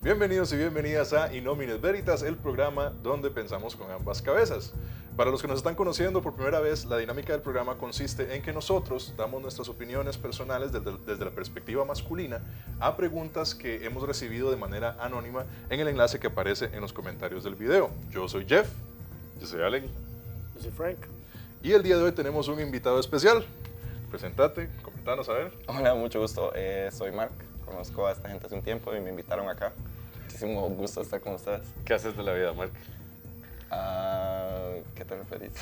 Bienvenidos y bienvenidas a Inomines Veritas, el programa donde pensamos con ambas cabezas. Para los que nos están conociendo por primera vez, la dinámica del programa consiste en que nosotros damos nuestras opiniones personales desde, desde la perspectiva masculina a preguntas que hemos recibido de manera anónima en el enlace que aparece en los comentarios del video. Yo soy Jeff. Yo soy Allen. Yo soy Frank. Y el día de hoy tenemos un invitado especial. Presentate, comentanos a ver. Hola, mucho gusto. Eh, soy Mark. Conozco a esta gente hace un tiempo y me invitaron acá. Muchísimo gusto estar con ustedes. ¿Qué haces de la vida, Mark? Ah, ¿Qué te referís?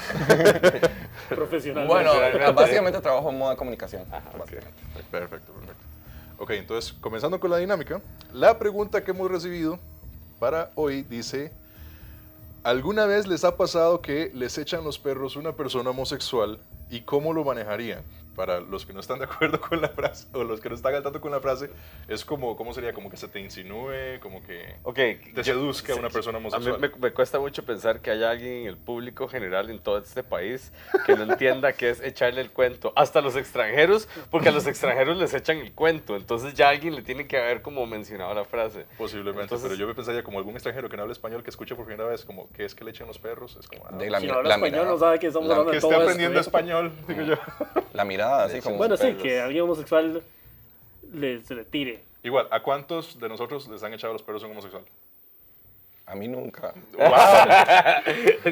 Profesional. bueno, básicamente trabajo en moda comunicación. básicamente. Perfecto, perfecto. Ok, entonces, comenzando con la dinámica, la pregunta que hemos recibido para hoy dice, ¿alguna vez les ha pasado que les echan los perros una persona homosexual y cómo lo manejarían? Para los que no están de acuerdo con la frase, o los que no están al tanto con la frase, es como, ¿cómo sería? Como que se te insinúe, como que Ok. te seduzca una persona A mí homosexual. me, me cuesta mucho pensar que haya alguien en el público general en todo este país que no entienda qué es echarle el cuento. Hasta los extranjeros, porque a los extranjeros les echan el cuento. Entonces ya alguien le tiene que haber como mencionado la frase. Posiblemente, Entonces- pero yo me pensaría como algún extranjero que no habla español, que escuche por primera vez, como, ¿qué es que le echan los perros? Es como, ah, De la, Si mi- no habla la español, mirada, no sabe que estamos la- hablando que de esté todo aprendiendo esto, ¿eh? español, digo yo. La mirada, así como... Bueno, sí, perros. que alguien homosexual le, se le tire. Igual, ¿a cuántos de nosotros les han echado los perros a un homosexual? A mí nunca.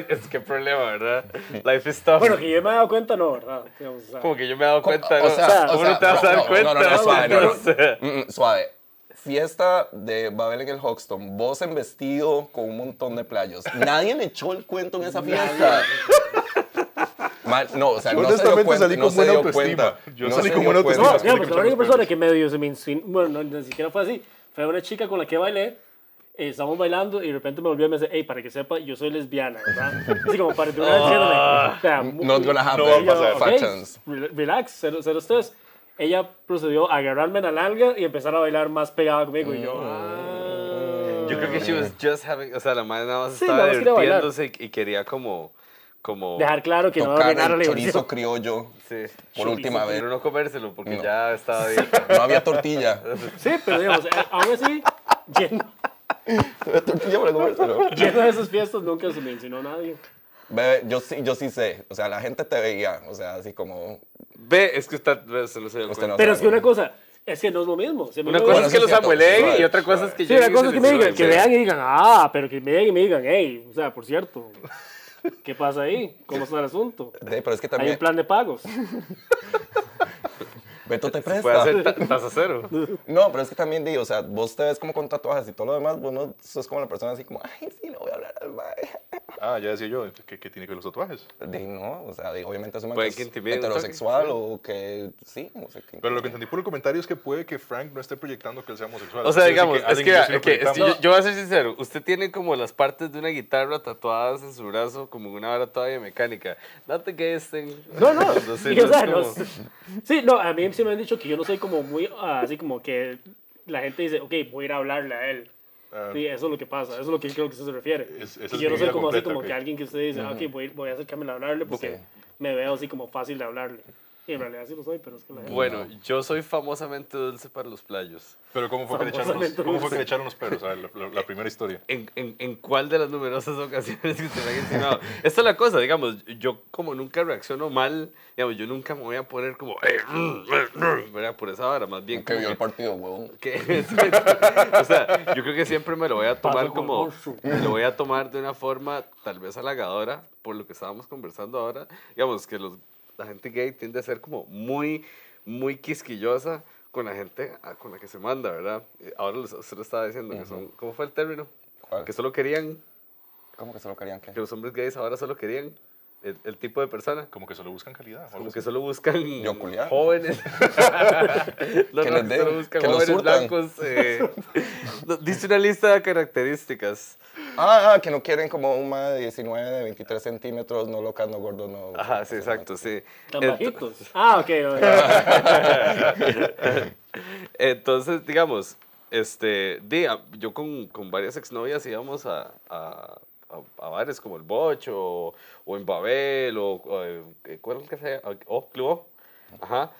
es que problema, ¿verdad? Life is tough. Bueno, que yo me he dado cuenta, no, ¿verdad? Digamos, o sea, como que yo me he dado cuenta. o ¿no? sea, o ¿Cómo sea, no te vas no, a dar no, cuenta? no, no, no, suave, no, no. O sea, Mm, mm, suave. Fiesta de Babel en el Hoxton. Vos en vestido con un montón de playos. Nadie le echó el cuento en esa fiesta. Mal- no, o sea, Yo no se dio honestamente cuenta. salí no con se buena dio autoestima. cuenta, Yo no salí se con dio buena cuenta. No, autoestima. digamos, la única persona que medio se me insinuó, bueno, no, ni siquiera fue así, fue una chica con la que bailé, eh, estábamos bailando y de repente me volvió y me dice, hey, para que sepa, yo soy lesbiana, ¿verdad? Así como para que una vez diciéndome, o sea, mu- Not gonna No happen. va a y yo, pasar. "Ok, Fat chance. re- relax, cero, cero estrés. Ella procedió a agarrarme en la larga y empezar a bailar más pegada conmigo y yo, "Ah". Mm. Yo creo que she was just having, o sea, la madre nada más Sí, estaba nada más quería bailar. divirtiéndose y, y quería como, como, dejar claro que no va a Tocar ganar el la chorizo diversión. criollo sí, por última vez. pero no comérselo porque No. ya estaba bien. No había tortilla. Sí, pero digamos, eh, aún así, lleno, No había tortilla para comérselo. lleno de esas fiestas nunca se me insinuó nadie. Bebé, yo sí, yo sí sé. O sea, la gente te veía. O sea, así como. Ve, es que usted ve, se lo se dio Usted no cuenta. Pero sabe. es que una cosa, es que no es lo mismo. Si a mí Una me cosa ven- es que eso los es cierto, amuleguen suave, y otra cosa es que Sí, lleguen la y cosa se es que me les digan, que suelten. vean y digan, ah, pero que me digan y me digan, hey, o sea, por cierto, ¿qué pasa ahí? ¿Cómo está el asunto? De, pero es que Hay un también. plan de pagos. Beto te Puede presta. hacer ta- tasa cero. No, pero es que también digo, o sea, vos te ves como con tatuajes y todo lo demás, vos no sos como la persona así como, ay, sí, no voy a hablar al mae. Ah, ya decía yo, ¿qué, qué tiene que ver los tatuajes? De no, o sea, de, obviamente es un Puede man que que es intimide un toque. heterosexual o que sí, no sé qué. Pero lo que entendí por el comentario es que puede que Frank no esté proyectando que él sea homosexual. O sea, Quiere decir digamos, es Allen y que, yo sí lo es que- es que proyectamos. yo, yo voy a ser sincero, usted tiene como las partes de una guitarra tatuadas en su brazo como una vara todavía mecánica. Date que estén. No, no. Entonces, y, o no es sea, no como- es- sí, no, a mí sí me han dicho que yo no soy como muy, ah, así como que la gente dice, ok, voy a ir a hablarle a él. Ah. Sí, eso es lo que pasa, eso es lo que creo que usted se refiere. Es- esa Y es mi yo no soy vida como completa, así como ok. que alguien que usted dice, ah, ok, voy, voy a acercarme a hablarle porque Ok. me veo así como fácil de hablarle. Y en realidad sí lo soy, pero es que la gente... Bueno, yo soy famosamente dulce para los playos. Pero ¿cómo fue, que le echaron los, Famosamente ¿cómo fue que dulce. le echaron los perros? A ver, la, la- la primera historia. ¿En, en, en cuál de las numerosas ocasiones que se me han insinuado? Esta es la cosa, digamos, yo como nunca reacciono mal, digamos, yo nunca me voy a poner como, "Eh, mm, eh, mm", ¿verdad? Por esa hora, más bien. que como vio el partido, huevón. que- o sea, yo creo que siempre me lo voy a tomar Paso con como, Orsu. me lo voy a tomar de una forma tal vez halagadora, por lo que estábamos conversando ahora, digamos, que los, la gente gay tiende a ser como muy, muy quisquillosa con la gente a- con la que se manda, ¿verdad? Eh, Ahora los- usted lo estaba diciendo, que son, ¿cómo fue el término? ¿Cuál? Que solo querían ¿Cómo que se lo querían que? que los hombres gays ahora solo querían el, el tipo de persona. Como que solo buscan calidad. o algo Como así. que solo buscan Yo culiar. jóvenes. no, Que no, les que den, solo buscan que los jóvenes hurtan. blancos. eh. No, dice una lista de características. Ah, ah, que no quieren como un mae de 19, de 23 centímetros, no locas, no gordos, no. Ajá, sí, exacto, sí. Tan Ent- bajitos. Ah, ok. ok. Entonces, digamos, este, di, a- yo con, con varias exnovias íbamos a, a, a- a bares como el Bocho o, o en Ah, oh, Babel o, o, eh, ¿cuál es el que se llama? O Club O. Ajá.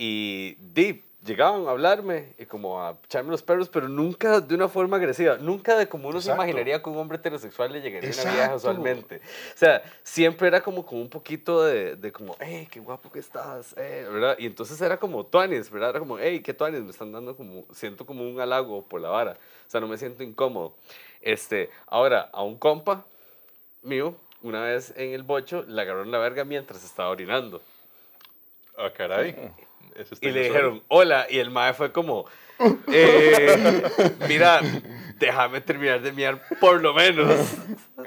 Y di, llegaban a hablarme y como a echarme los perros, pero nunca de una forma agresiva, nunca de como uno Exacto. se imaginaría que un hombre heterosexual le llegaría a una Exacto. vieja usualmente. O sea, siempre era como con un poquito de, de como, hey, qué guapo que estás, eh", ¿verdad? Y entonces era como tuanis, ¿verdad? Era como, hey, qué tuanis, me están dando como, siento como un halago por la vara, o sea, no me siento incómodo. Este, ahora, a un compa mío, una vez en el bocho, le agarraron la verga mientras estaba orinando. Ah, caray. este Eso está Y le inusual. dijeron, hola. Y el mae fue como, eh, mira, déjame terminar de miar por lo menos. o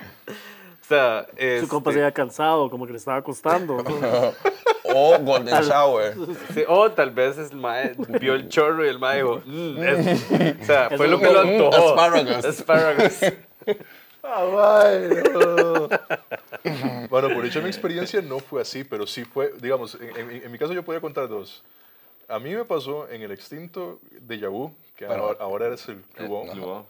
sea, Su compa se este, había cansado, como que le estaba costando. O Golden Shower. sí, o tal vez el mae vio el chorro y el mae dijo, "Mm, es-". o sea, Eso fue lo que lo no- antojó. Asparagus. Asparagus. Ah, bueno. bueno, por hecho mi experiencia no fue así, pero sí fue, digamos, en, en- en mi caso yo podía contar dos. A mí me pasó en el extinto de Yahoo, que Pero- ahora, ahora es el Club O. Luego,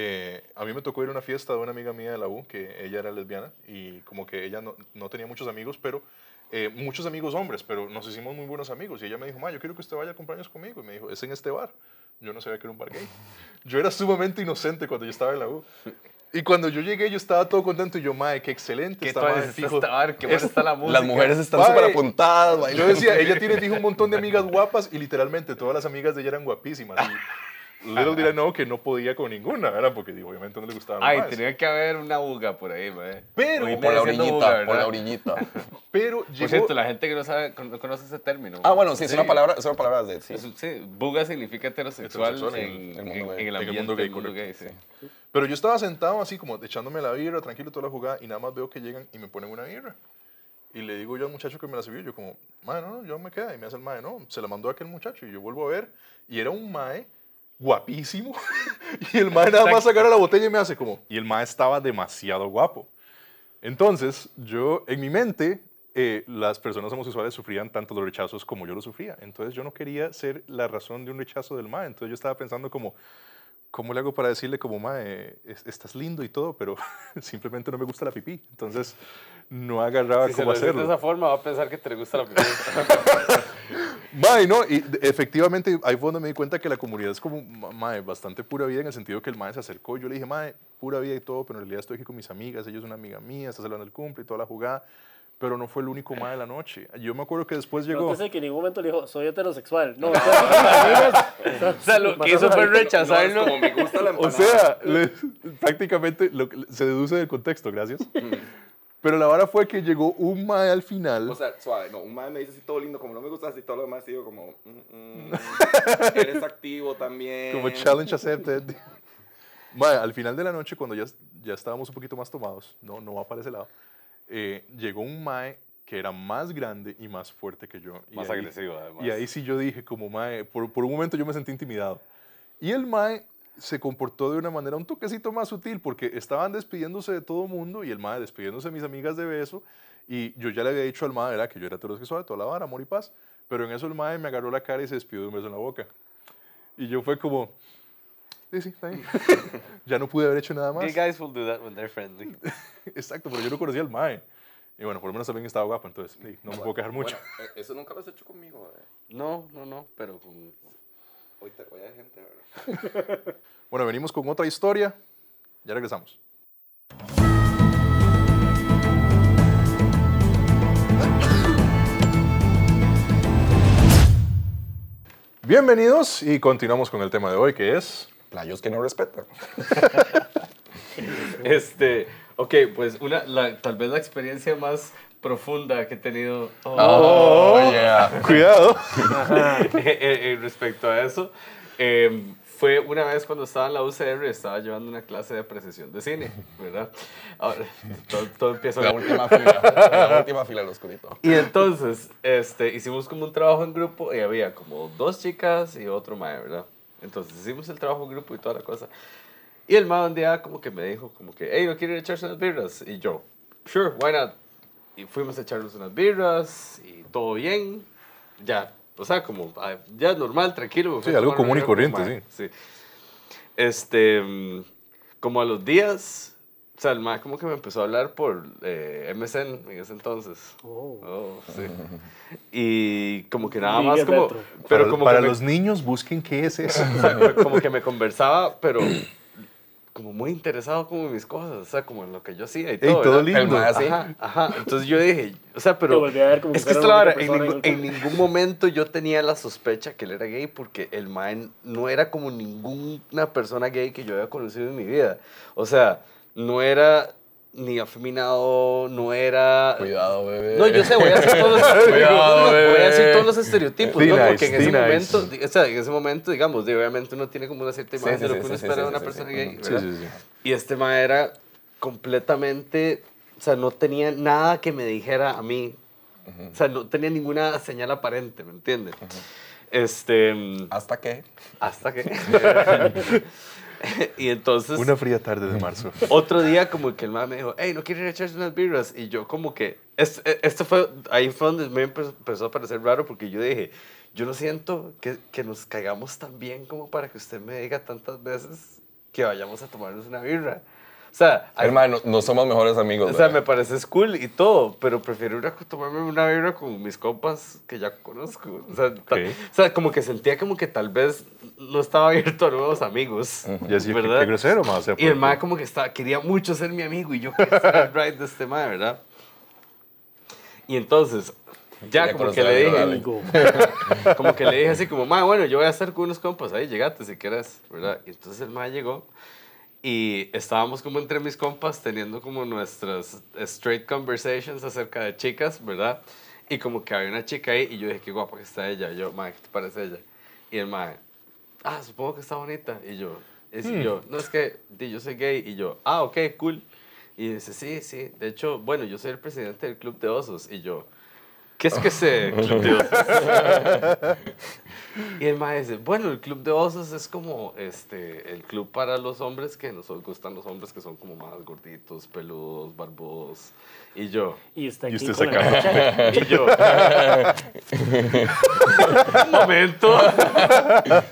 Eh, a mí me tocó ir a una fiesta de una amiga mía de la U, que ella era lesbiana y como que ella no, no tenía muchos amigos, pero eh, muchos amigos hombres, pero nos hicimos muy buenos amigos. Y ella me dijo, ma, yo quiero que usted vaya a cumpleaños conmigo. Y me dijo, es en este bar. Yo no sabía que era un bar gay. Yo era sumamente inocente cuando yo estaba en la U. Y cuando yo llegué, yo estaba todo contento y yo, mae, qué excelente. ¿Qué esta tal mae, es fijo". esta bar? ¿Qué buena está la música? Las mujeres están Bye. súper apuntadas, bailando. Yo decía, ella tiene, dijo, un montón de amigas guapas y literalmente todas las amigas de ella eran guapísimas. Y little did I know que no podía con ninguna, ¿verdad? Porque digo, obviamente no le gustaban Ay, más. tenía que haber una buga por ahí, mae. Pero- Oíme Por la diciendo orillita, buga, por la ¿verdad? orillita. Pero Por llegó... cierto, la gente que no sabe, no conoce ese término. Ah, bueno, sí, es una palabra, es una palabra de sí. Es un- Sí, buga significa heterosexual, Heterosexual en en, el en- mundo en el gay. En el ambiente mundo mundo gay, gay, mundo correcto. gay, sí. Pero yo estaba sentado así, como echándome la birra, tranquilo, toda la jugada, y nada más veo que llegan y me ponen una birra. Y le digo yo al muchacho que me la sirvió, yo como, mae, no, no, yo me queda. Y me hace el mae, no, se la mandó a aquel muchacho. Y yo vuelvo a ver, y era un mae guapísimo. y el mae nada más sacara la botella y me hace como, y el mae estaba demasiado guapo. Entonces, yo, en mi mente, eh, las personas homosexuales sufrían tanto los rechazos como yo lo sufría. Entonces, yo no quería ser la razón de un rechazo del mae. Entonces, yo estaba pensando como, ¿cómo le hago para decirle como, mae, es- estás lindo y todo, pero simplemente no me gusta la pipí? Entonces, no Ah, agarraba Si se cómo lo decís de hacerlo. esa forma, va a pensar que te gusta la pregunta. Mae, no, y de- efectivamente ahí fue donde me di cuenta que la comunidad es como, ma- mae, bastante pura vida en el sentido que el mae se acercó. Yo le dije, mae, pura vida y todo, pero en realidad estoy aquí con mis amigas, ella es una amiga mía, está celebrando el cumple y toda la jugada, pero no fue el único mae de la noche. Yo me acuerdo que después No llegó. pensé que en ningún momento le dijo, soy heterosexual. No, o sea, o sea, lo que hizo fue rechazarlo. como me gusta la O sea, le- prácticamente lo que- se deduce del contexto, gracias. Pero la vara fue que llegó un mae al final. Mm. O sea, suave, no, un man me dice así todo lindo, como no me gusta así todo lo demás, y digo como, mm, mm, eres activo también. Como challenge accepted. Mae, al final de la noche, cuando ya, ya estábamos un poquito más tomados, no, no va para ese lado, eh, llegó un Mae que era más grande y más fuerte que yo. Y Más ahí- agresivo, además. Y ahí sí yo dije, como Mae, por, por un momento yo me sentí intimidado. Y el Mae se comportó de una manera un toquecito más sutil, porque estaban despidiéndose de todo mundo y el Mae despidiéndose de mis amigas de beso. Y yo ya le había dicho al Mae, ¿verdad? Que yo era heterosexual, toda la vara, amor y paz. Pero en eso el Mae me agarró la cara y se despidió de un beso en la boca. Y yo fue como, sí, sí, está bien. ya no pude haber hecho nada más. Gay guys will do that when they're friendly. Exacto, pero yo no conocía al Mae. Y bueno, por lo menos también estaba guapo, entonces sí, no me puedo quejar mucho. Bueno, eh, eso nunca lo has hecho conmigo, eh. No, no, no, pero con... Hoy te voy a gente, ¿verdad? Bueno, venimos con otra historia. Ya regresamos. Bienvenidos y continuamos con el tema de hoy que es... Playos que no respetan. Este, ok, pues una, la- tal vez la experiencia más profunda que he tenido oh, Oh, yeah. Cuidado. eh, eh, eh, respecto a eso eh, fue una vez cuando estaba en la UCR y estaba llevando una clase de apreciación de cine, ¿verdad? Ahora, todo, todo empieza La última fila. La última fila del oscurito. Y entonces, este, hicimos como un trabajo en grupo y había como dos chicas y otro mae, ¿verdad? Entonces hicimos el trabajo en grupo y toda la cosa. Y el mae un día como que me dijo como que, hey, ¿no quieren echarse unas birras? Y yo, sure, why not? Y fuimos a echarnos unas birras y todo bien. Ya, o sea, como ah, ya normal, tranquilo. me fui Sí, a algo tomar una común y birra con el corriente, mae, sí. Este, mm, como a los días, O sea, el mae como que me empezó a hablar por eh, MSN en ese entonces. Oh. Oh, sí. Y como que nada Ligue más como... retro. Pero para como para que me- los niños, busquen qué es eso. O sea, fue como que me conversaba, pero como muy interesado como en mis cosas, o sea, como en lo que yo hacía y todo. todo lindo. ¿verdad? El mae así, Ajá, ajá. Entonces yo dije, o sea, Te pero volví a ver como es que que fuera la esta la única vara, en, persona ningún- en el en ningún momento yo tenía la sospecha que él era gay porque el mae no era como ninguna persona gay que yo había conocido en mi vida. O sea, no era ni afeminado, no era... Cuidado, bebé. No, yo sé, voy a hacer todos los, Cuidado, voy a bebé. hacer todos los estereotipos, Be ¿no? nice, Porque en be ese nice. momento, di- o sea, en ese momento, digamos, de- obviamente uno tiene como una cierta Sí, imagen sí, de lo sí, que uno sí, sí, espera sí, de una sí, persona sí. gay, Sí, ¿verdad? sí, sí. Y este ma era completamente, o sea, no tenía nada que me dijera a mí. O sea, no tenía ninguna señal aparente, ¿me entiendes? Este, mm, ¿Hasta qué? hasta que... y entonces... Una fría tarde de marzo. Otro día como que el man me dijo, hey, ¿no quieres ir a echarse unas birras? Y yo como que, es- e- esto fue, ahí fue donde me empe- empezó a parecer raro porque yo dije, yo no siento que, que nos caigamos tan bien como para que usted me diga tantas veces que vayamos a tomarnos una birra. O sea, hay- Hermano, no somos mejores amigos. o sea, me ¿verdad? parece cool y todo, pero prefiero ir a tomarme una birra con mis compas que ya conozco. O sea, ta- Ok. o sea, como que sentía como que tal vez no estaba abierto a nuevos amigos. Y así, qué, ¿verdad? qué grosero, más. Y el mae como que estaba, quería mucho ser mi amigo y yo quería estar al ride de este mae, ¿verdad? Y entonces, ya Quería como que conocer a le alguien, dije, dale. Amigo. como que le dije así como, mae, bueno, yo voy a estar con unos compas, ahí llegate si quieres, ¿verdad? Y entonces el mae llegó y estábamos como entre mis compas teniendo como nuestras straight conversations acerca de chicas, ¿verdad? Y como que había una chica ahí y yo dije, qué guapa que está ella. Y yo, mae, ¿qué te parece ella? Y el mae, ah, supongo que está bonita. Y yo, es, y yo no, es que di, yo soy gay. Y yo, ah, ok, cool. Y dice, sí, sí. De hecho, bueno, yo soy el presidente del Club de Osos. Y yo, ¿qué es que se Club de Osos? y el mae dice, bueno, el Club de Osos es como este, el club para los hombres que nos gustan los hombres que son como más gorditos, peludos, barbudos. Y yo, Y está Y aquí. usted con se la acaba. cuchara. y yo. Un momento.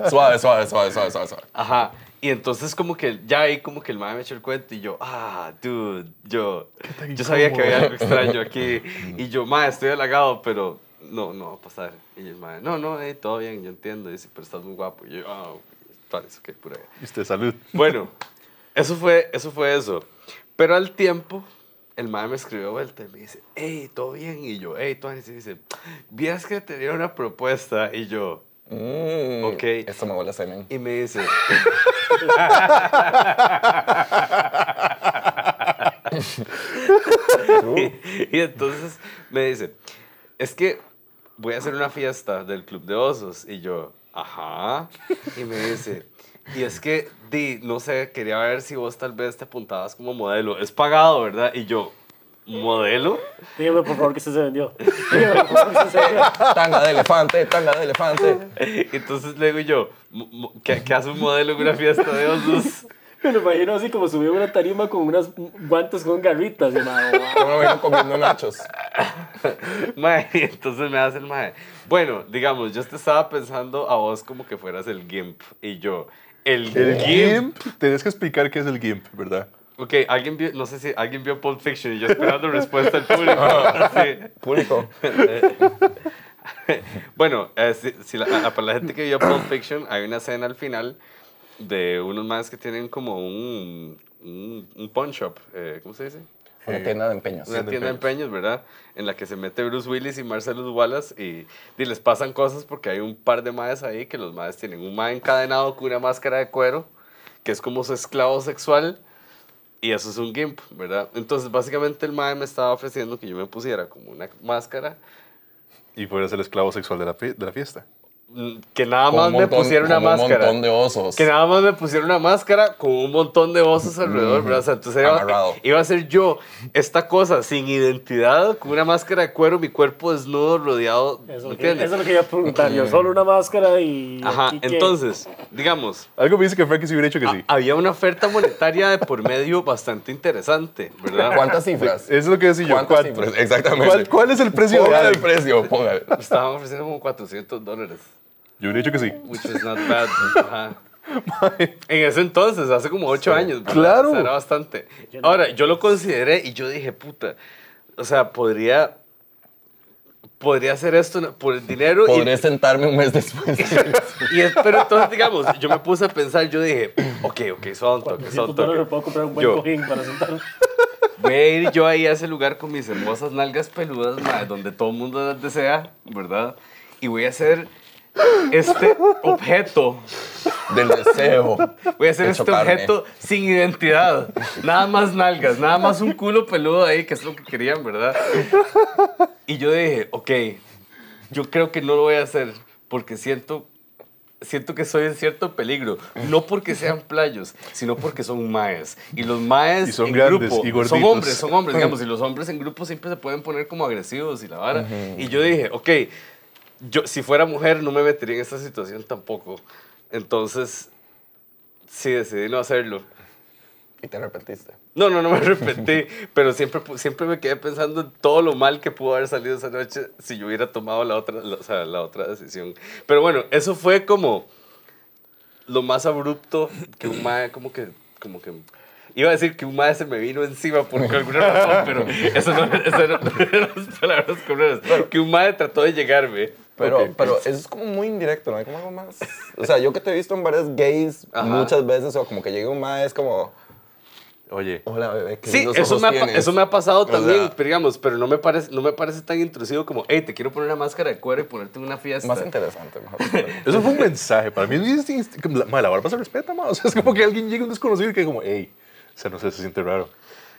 Suave, suave, suave, suave, suave. suave. Ajá. Y entonces como que ya ahí como que el mae me echó el cuento y yo, ah, dude, yo, yo sabía que había algo extraño aquí. Y yo, mae, estoy halagado, pero no, no va a pasar. Y el mae, no, no, eh, todo bien, yo entiendo. dice, pero estás muy guapo. Y yo, ah, ok, parece que pura. Y usted, salud. Bueno, eso fue, eso fue eso. Pero al tiempo, el mae me escribió de vuelta y me dice, hey, todo bien. Y yo, hey, todo bien. Y dice, vieras que tenía una propuesta. Y yo, Mm, Ok. Esto me huele a semen. y me dice. y, y entonces me dice, es que voy a hacer una fiesta del Club de Osos. Y yo, ajá. Y me dice, y es que, di, no sé, quería ver si vos tal vez te apuntabas como modelo. Es pagado, ¿verdad? Y yo, ¿modelo? Dígame, por favor, que usted se vendió. Dígame, por favor, que usted se vendió. Tanga de elefante, tanga de elefante. Entonces le digo yo, "Mo- mo- ¿qué, qué hace un modelo en una fiesta de osos? Me lo imagino así como subió una tarima con unas guantes con garritas. Y, ma, wow. Yo me vino comiendo nachos. Mae, y entonces me hace el mae. Bueno, digamos, yo te estaba pensando a vos como que fueras el GIMP. Y yo, el, El GIMP. GIMP. Tenés que explicar qué es el GIMP, ¿verdad? Ok, alguien vio, no sé si alguien vio Pulp Fiction y yo esperando respuesta al público. Público. Sí. Bueno, eh, si- si la- a- para la gente que vio Pulp Fiction, hay una escena al final de unos más que tienen como un, un, un pawn shop. eh, ¿Cómo se dice? Una tienda de empeños. Una tienda de empeños, ¿verdad? En la que se mete Bruce Willis y Marcellus Wallace y, y les pasan cosas porque hay un par de madres ahí que los madres tienen un mae encadenado con una máscara de cuero que es como su esclavo sexual y eso es un gimp, ¿verdad? Entonces, básicamente el mae me estaba ofreciendo que yo me pusiera como una máscara Y fueras el esclavo sexual de la, fie- de la fiesta. mm, que nada Con más un me montón- pusiera una con Un máscara. montón de osos. Que nada más me pusieron una máscara con un montón de osos alrededor, ¿verdad? O sea, entonces iba, Amarrado. iba a ser yo esta cosa sin identidad, con una máscara de cuero, mi cuerpo desnudo, rodeado. Eso, ¿Me que- entiendes? eso es lo que iba a preguntar yo. Solo una máscara y. Ajá, aquí que- entonces, digamos, Algo me dice que Frankie se hubiera dicho que a- sí. había una oferta monetaria de por medio bastante interesante, ¿verdad? ¿Cuántas cifras? Es lo que decía yo. ¿Cuántas ¿cuánto? cifras? Exactamente. ¿Cuál, cuál es el precio de Póngale el Adam? precio, póngale. Estaban ofreciendo como 400 dólares, Yo hubiera dicho que sí. which is not bad. Ajá. En ese entonces, hace como ocho años. ¿verdad? Claro. O sea, Era bastante. Yo no- Ahora, yo lo consideré y yo dije, puta, o sea, podría, podría hacer esto por el dinero. y- Podré sentarme un mes después. Y es- pero entonces, digamos, yo me puse a pensar, yo dije, ok, ok, son 400 toques, son dólares toques. puedo comprar un buen Yo. cojín para sentar. Voy a ir yo ahí a ese lugar con mis hermosas nalgas peludas, mae, donde todo el mundo las desea, ¿verdad? Y voy a hacer este objeto, Del deseo. voy a hacer Hecho este carne. objeto sin identidad, nada más nalgas, nada más un culo peludo ahí, que es lo que querían, ¿verdad? Y yo dije, ok, yo creo que no lo voy a hacer porque siento, siento que soy en cierto peligro. No porque sean playos, sino porque son maes. Y los maes Y son en grandes grupo y gorditos. son hombres, son hombres, digamos. Y los hombres en grupo siempre se pueden poner como agresivos y la vara. Y yo dije, ok, yo, si fuera mujer no me metería en esta situación tampoco. Entonces, sí, decidí no hacerlo. Y te arrepentiste. No, no, no me arrepentí, pero siempre, pu- siempre me quedé pensando en todo lo mal que pudo haber salido esa noche si yo hubiera tomado la otra, la, o sea, la otra decisión. Pero bueno, eso fue como lo más abrupto que un mae, como que, como que, iba a decir que un mae se me vino encima por alguna razón, pero eso no, eso no, no eran las palabras correctas. que un mae trató de llegarme. Pero, Ok. pero eso es como muy indirecto, ¿no? Hay como algo más. O sea, yo que te he visto en varias gays Ajá. muchas veces, o como que llega un mae, es como, Oye. hola bebé, qué Sí, lindos eso ojos me, ha, pa- tienes". eso me ha pasado sea- también, pero digamos, pero no me, parece, no me parece tan intrusivo como, hey, te quiero poner una máscara de cuero y ponerte en una fiesta. Más interesante, mejor. Eso fue un mensaje. Para mí, es inst- la, ma, la barba se respeta, ma. O sea, es como que alguien llega un desconocido y que como, hey, o sea, no sé, se siente raro.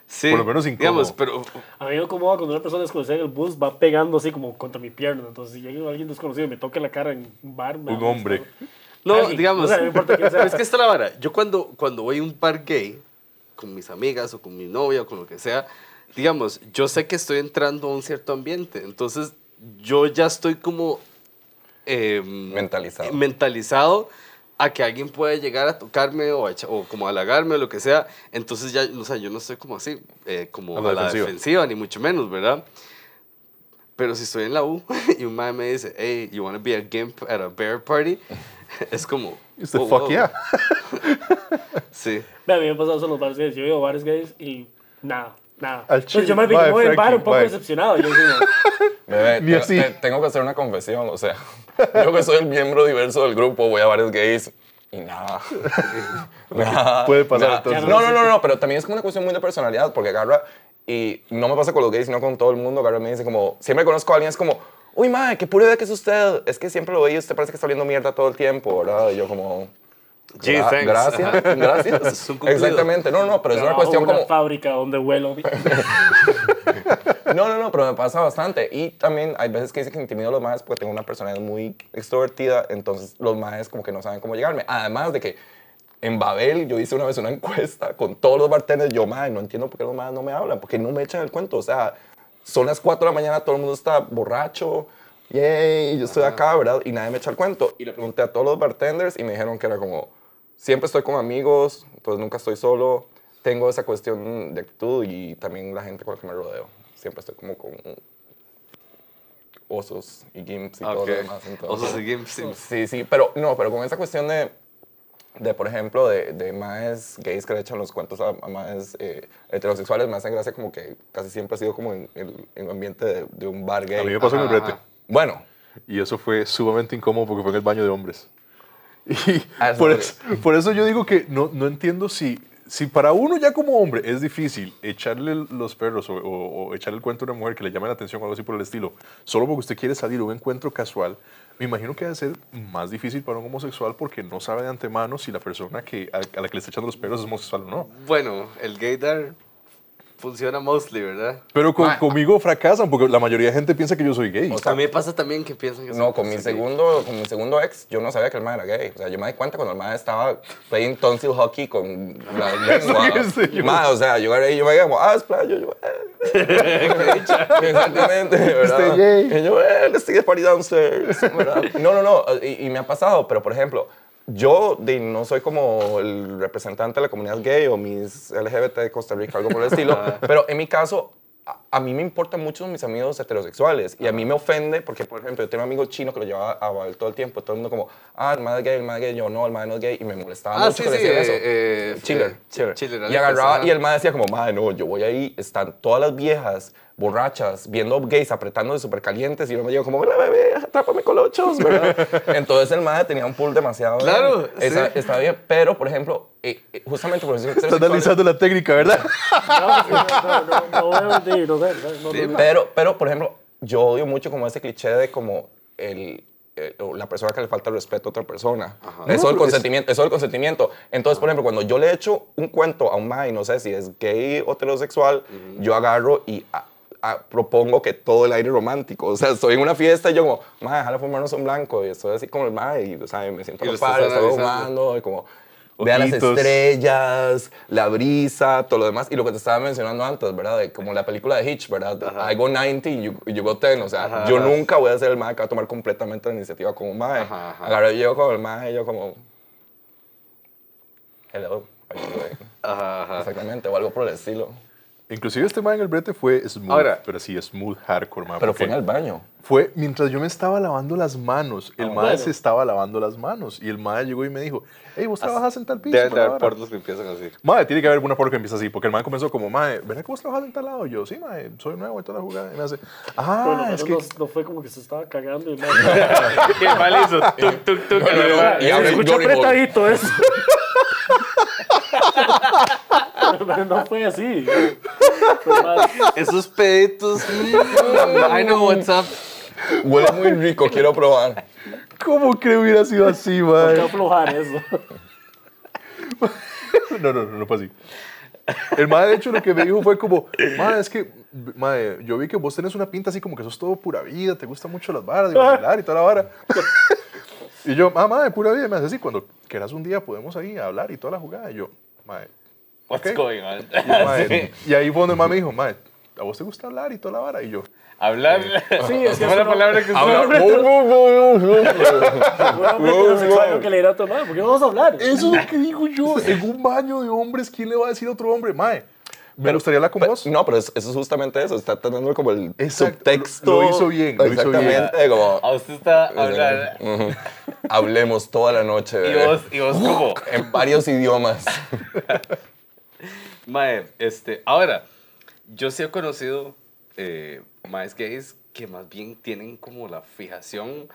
Sí, Por lo menos incómodo. Digamos, pero A mí me incomoda cuando una persona desconocida en el bus va pegando así como contra mi pierna. Entonces, si llega alguien desconocido y me toca la cara en un bar, me Un da hombre. gusto. no, Casi. digamos, O sea, no importa quién sea. es que está la vara. Yo cuando, cuando voy a un par gay con mis amigas o con mi novia o con lo que sea, digamos, yo sé que estoy entrando a un cierto ambiente, entonces yo ya estoy como eh, Mentalizado. mentalizado a que alguien pueda llegar a tocarme o, a echa- o como halagarme o lo que sea, entonces ya, o sea, yo no estoy como así, eh, como A a la la, defensiva. defensiva, ni mucho menos, ¿verdad? Pero si estoy en la U y un mae me dice, hey, you want to be a gimp at a bear party, es como... It's the "Oh, Este fuck wow". yeah. Sí. Ve, A mí me ha pasado eso en los bares gays. Yo he ido a bares gays y nada, nada. Al Entonces, chile, yo me vi mae, como en el bar Frankie, un poco mae. decepcionado. Yo digo, Bebé, Ni te- así. te- tengo que hacer una confesión, o sea, yo que soy el miembro diverso del grupo, voy a varios gays y nada. Nada, Puede pasar, nada. entonces. No, no, no, no, pero también es como una cuestión muy de personalidad, porque agarra, y no me pasa con los gays, sino con todo el mundo, agarra y me dice como, siempre conozco a alguien, es como, uy, madre, qué pura idea que es usted, es que siempre lo veía, usted parece que está oliendo mierda todo el tiempo, ¿verdad? Y yo como... Gee, "Gra- thanks". Gracias, gracias. Es un cumplido. Exactamente, no, no, pero es una trabajo en cuestión una como... fábrica donde huelo. No, no, no, pero me pasa bastante. Y también hay veces que dicen que intimido a los maes porque tengo una personalidad muy extrovertida, entonces los maes como que no saben cómo llegarme. Además de que en Babel yo hice una vez una encuesta con todos los bartenders, yo, mae, no entiendo por qué los maes no me hablan, porque no me echan el cuento. O sea, son las 4 de la mañana, todo el mundo está borracho, yay, yo estoy acá, ¿verdad? Y nadie me echa el cuento. Y le pregunté a todos los bartenders y me dijeron que era como, siempre estoy con amigos, entonces nunca estoy solo. Tengo esa cuestión de actitud y también la gente con la que me rodeo. Siempre estoy como con osos y gimps y todo Ok. lo demás. entonces- Osos y gimps, sí. Sí, sí, pero no, pero con esa cuestión de, de por ejemplo, de, de maes gays que le echan los cuentos a, a maes eh, heterosexuales, me hacen gracia como que casi siempre ha sido como en el en el ambiente de, de un bar gay. A mí me pasó en el Ajá, brete. ajá. Bueno, Y eso fue sumamente incómodo porque fue en el baño de hombres. Y Ah, eso por, fue- eso, por eso yo digo que no, no entiendo si, si para uno ya como hombre es difícil echarle los perros o, o- o echarle el cuento a una mujer que le llame la atención o algo así por el estilo, solo porque usted quiere salir a un encuentro casual, me imagino que debe ser más difícil para un homosexual porque no sabe de antemano si la persona que, a, a la que le está echando los perros es homosexual o no. Bueno, el gaydar funciona mostly, ¿verdad? Pero con- Ah, conmigo fracasan porque la mayoría de gente piensa que yo soy gay. a mí me pasa también que piensan que no, soy- con mi, soy segundo, con mi segundo ex, yo no sabía que el mae era gay. O sea, yo me di cuenta cuando el mae estaba playing tonsil hockey con la lengua. qué sé yo. Mae, o sea, yo agarré y yo me dije como, ah, es playo, yo, eh. Exactamente, Este ¿verdad? gay. Y yo, eh, let's take the party downstairs, ¿verdad? No, no, no, y, y me ha pasado, pero por ejemplo, yo de- no soy como el representante de la comunidad gay o mis LGBT de Costa Rica, algo por el estilo, pero en mi caso, a, a mí me importan mucho mis amigos heterosexuales y a mí me ofende porque, por ejemplo, yo tengo un amigo chino que lo llevaba a Babel todo el tiempo, todo el mundo como, ah, el madre es gay, el madre es gay, yo no, el madre no es gay y me molestaba Ah, mucho sí, que le sí. decían eso. eh, eh, Chiller, eh, chiller. Chiller, Y Alex, agarraba ajá. y el madre decía como, madre, no, yo voy ahí, están todas las viejas borrachas, viendo gays, apretándose súper calientes y yo me llego como, hola bebé, atrápame con los ochos, ¿verdad? Entonces el madre tenía un pool demasiado Claro, grande. Esa- sí. Está bien, pero, por ejemplo, eh, eh, justamente por eso... Está analizando la técnica, ¿verdad? No, no, no, no, no, no, no, no, no, no. Pero, pero, por ejemplo, yo odio mucho como ese cliché de como el, el- o la persona que le falta el respeto a otra persona. Eso del consentimiento, eso del consentimiento. Entonces, por ejemplo, cuando yo le echo un cuento a un mae, no sé si es gay o heterosexual, yo agarro y a- a- propongo que todo el aire romántico. O sea, estoy en una fiesta y yo como, mae, déjala fumarnos un blanco. Y estoy así como el mae, y, o sea, me siento Y lo los padres, estás estoy analizando. fumando, y como... Vean las Ojitos. estrellas estrellas, la brisa, todo lo demás. Y lo que te estaba mencionando antes, ¿verdad? De como la película de Hitch, ¿verdad? I go 90 y you, you go 10. O sea, Ajá, yo ajá. nunca voy a ser el mae que va a tomar completamente la iniciativa como un mae. Ajá, ajá. Ahora yo como el mae, yo como... Hello. how you doing?" Ah. Ajá, ajá. Exactamente, o algo por el estilo. Inclusive este man en el brete fue smooth, Ahora- pero sí, smooth hardcore, man. Pero porque fue en el baño. fue mientras yo me estaba lavando las manos. El mae bueno. se estaba lavando las manos. Y el mae llegó y me dijo, hey, vos trabajas en tal piso. Deben de bla, haber bla, bla". pornos que empiezan así. Mae, tiene que haber una porno que empieza así, porque el mae comenzó como, mae, ¿verdad que vos trabajas en tal lado? Y yo, sí, mae, soy nuevo en toda la jugada. Y me hace, ah, Bueno, es pero que... no, no fue como que se estaba cagando y nada. Qué mal hizo. Tuk, tuk, tuk. Y Se abre el escucha glory hole. apretadito eso. Pero no fue así. Fue más- Esos peditos. I know what's up. Huele muy rico, quiero probar. ¿Cómo creo hubiera sido así, Fue mae? aflojar eso. No, no, no, no fue así. El mae, de hecho, lo que me dijo fue como, mae, es que, mae, yo vi que vos tenés una pinta así como que sos todo pura vida, te gustan mucho las varas, de bailar y toda la vara. Y yo, ah, mae, pura vida. Y me hace así, cuando quieras un día podemos ahí hablar y toda la jugada. Y yo, mae, What's Ok. going on? y, mae, Sí. y ahí fue donde el mae me dijo, mae, ¿a vos te gusta hablar y toda la vara? Y yo, Hablar. Ah, Sí, es que Fue eso la no- palabra que usó. Hablar- Fue un heterosexual que le dirá a tomar, porque vamos a hablar. eso es lo que digo yo, en un baño de hombres, ¿quién le va a decir a otro hombre? Mae, me gustaría hablar con Pe- vos. No, pero es- eso es justamente eso. Está teniendo como el Exacto, lo- subtexto. lo hizo bien, lo hizo bien. Exactamente, como... A usted está hablar. Ujú. Hablemos toda la noche, Y bebé. vos, y vos como. En varios idiomas. Mae, este, ahora, yo sí he conocido eh, maes gays que más bien tienen como la fijación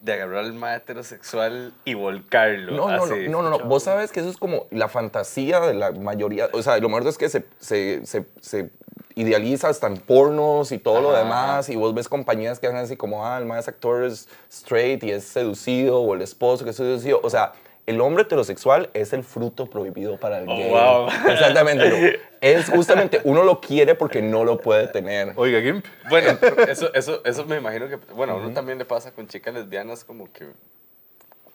de agarrar al mae heterosexual y volcarlo. No, no, no, así. no, no, no. Vos sabes que eso es como la fantasía de la mayoría. O sea, lo mejor es que se, se, se, se idealiza hasta en pornos y todo lo Ajá. demás. Y vos ves compañías que hacen así como, ah, el más actor es straight y es seducido, o el esposo que es seducido. O sea, el hombre heterosexual es el fruto prohibido para el Oh, gay. wow. Exactamente. no. Es justamente, uno lo quiere porque no lo puede tener. Oiga, Gimp. Bueno, eso, eso, eso me imagino que, bueno, a uno también le pasa con chicas lesbianas como que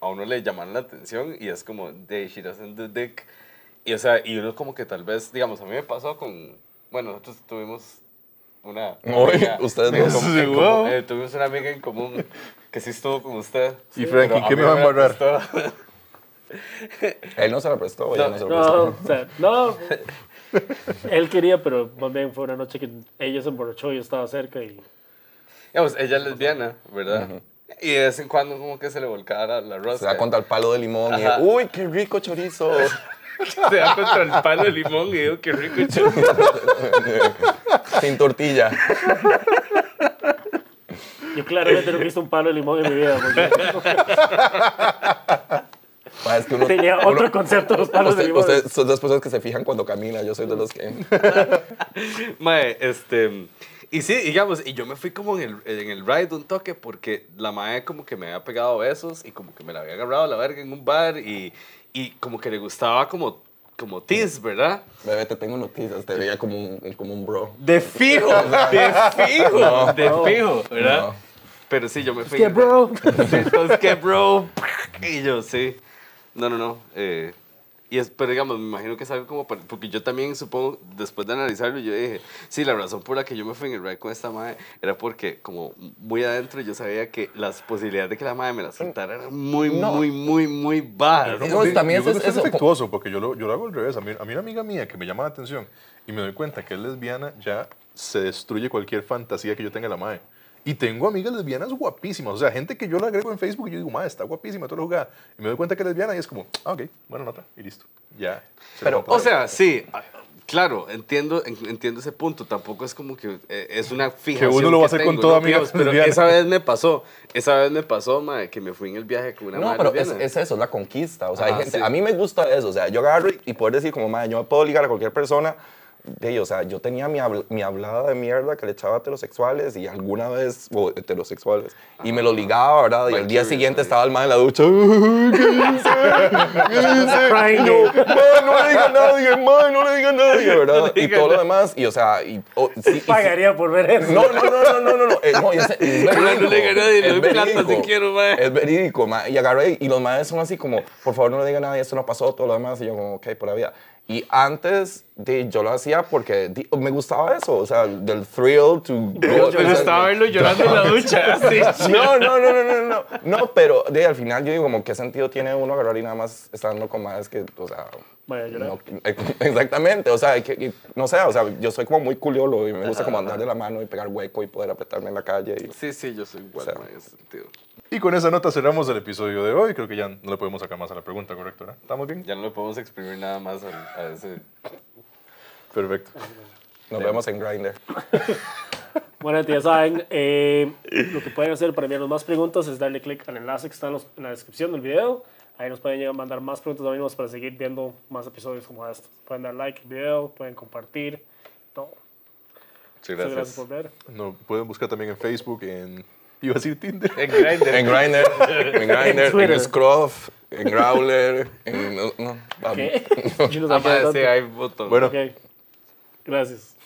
a uno le llaman la atención y es como, de she doesn't do dick. Y, o sea, y uno como que tal vez, digamos, a mí me pasó con, bueno, nosotros tuvimos una... Uy, amiga ustedes en dos. común- Sí, en común, wow. eh, tuvimos una amiga en común que sí estuvo con usted. Y Frankie, pero ¿qué mí me va a la embarrar? prestó. Él no se la prestó, ella no se la prestó. No, o sea, no. Él quería, pero más bien fue una noche que ella se emborrachó, yo estaba cerca y. digamos, ella es lesbiana, ¿verdad? Y de vez en cuando como que se le volcaba la, la rosca. Se da contra el palo de limón Ajá. y uy, qué rico chorizo. Se da contra el palo de limón y digo, qué rico chulo. Sin tortilla. Yo claramente no he visto un palo de limón en mi vida. porque Ma, es que uno- Tenía uno- otro concepto de los palos de usted- limón. ustedes son de las personas que se fijan cuando camina. Yo soy de los que. Mae, este. Y sí, digamos, y yo me fui como en el, en el ride de un toque porque la mae como que me había pegado besos y como que me la había agarrado a la verga en un bar y, y como que le gustaba como, como tis, ¿verdad? Bebé, te tengo noticias. Te veía como un, como un bro. De fijo, de fijo, de fijo, ¿verdad? No. Pero sí, yo me fui. ¿Qué, bro? Entonces, ¿qué, bro? Y yo, sí. No, no, no. eh, y es, pero digamos, me imagino que es algo como. para- Porque yo también supongo, después de analizarlo, yo dije, sí, la razón por la que yo me fui en el ride con esta madre era porque, como muy adentro, yo sabía que las posibilidades de que la madre me la soltara eran muy, No. muy, muy, muy bajas. No, y también yo creo eso que es- Eh, es eso- afectuoso, porque yo lo, yo lo hago al revés. A mí, a mí una amiga mía que me llama la atención y me doy cuenta que es lesbiana, ya se destruye cualquier fantasía que yo tenga de la mae. Y tengo amigas lesbianas guapísimas. O sea, gente que yo la agrego en Facebook y yo digo, mae, está guapísima, toda la jugada. Y me doy cuenta que es lesbiana y es como, ah, ok, buena nota. Y listo. Ya. Se Pero, acabó. O sea, sí, ah, claro, entiendo, en- entiendo ese punto. Tampoco es como que eh, es una fijación. uno lo va a hacer tengo, con toda ¿no, amiga digamos? Pero lesbiana. esa vez me pasó, esa vez me pasó, mae, que me fui en el viaje con una No, madre ¿eh? pero es, lesbiana. es eso, es la conquista. O sea, hay Ajá, gente, sí. a mí me gusta eso. O sea, yo agarro y- y poder decir, como, madre, yo me puedo ligar a cualquier persona. De ahí, o sea, yo tenía mi, habl- mi hablada de mierda que le echaba a heterosexuales y alguna vez, o heterosexuales, y Ah. me lo ligaba, ¿verdad? Y al día Valkyrias, siguiente ahí. estaba el man en la ducha. "Ay, ¿Qué dice? ¿Qué dice? Crying Yo, game. "Mae, no le diga a nadie, mae, no le diga a nadie, ¿verdad? Y diga todo lo nada. demás, y o sea, y, o- sí, y sí- Pagaría por ver eso. no, no, no, no, no, no, no. Eh, no, ya sé, es verídico. No le diga a nadie, le es doy plata si verídico. quiero, mae. Es verídico, mae. Y agarré y los madres son así como, por favor, no le diga a nadie, esto no pasó, todo lo demás. Y yo como, ok, por la vida. Y antes de, yo lo hacía porque di- me gustaba eso, o sea, del thrill to go. Yo estaba verlo llorando en la ducha. así. No, no, no, no, no, no, no, pero de, al final yo digo como, ¿qué sentido tiene uno agarrar y nada más estando con madres que, o sea, Vaya a llorar. no- exactamente, o sea, que- que- no sé, o sea, yo soy como muy culiolo y me gusta como andar de la mano y pegar hueco y poder apretarme en la calle y Sí, sí, yo soy igual, O sea. mae, en ese sentido. Y con esa nota cerramos el episodio de hoy. Creo que ya no le podemos sacar más a la pregunta, ¿correcto? ¿verdad? ¿Estamos bien? Ya no le podemos exprimir nada más a, a ese. Perfecto. Nos vemos en Grindr. Bueno, gente, ya saben, eh, lo que pueden hacer para enviarnos más preguntas es darle clic al enlace que está en, los- en la descripción del video. Ahí nos pueden llegar a mandar más preguntas también para seguir viendo más episodios como estos. Pueden dar like al video, pueden compartir, todo. Muchas Muchas gracias. gracias por ver. Nos pueden buscar también en Facebook, en... Iba a decir Tinder. En Grindr. En Grindr, en En Grindr, Twitter. en Scruff, en Growler, en... No, no, ¿Qué? Yo no Ah, sabía mae, sí, tanto. hay botón. Bueno, Ok. Gracias.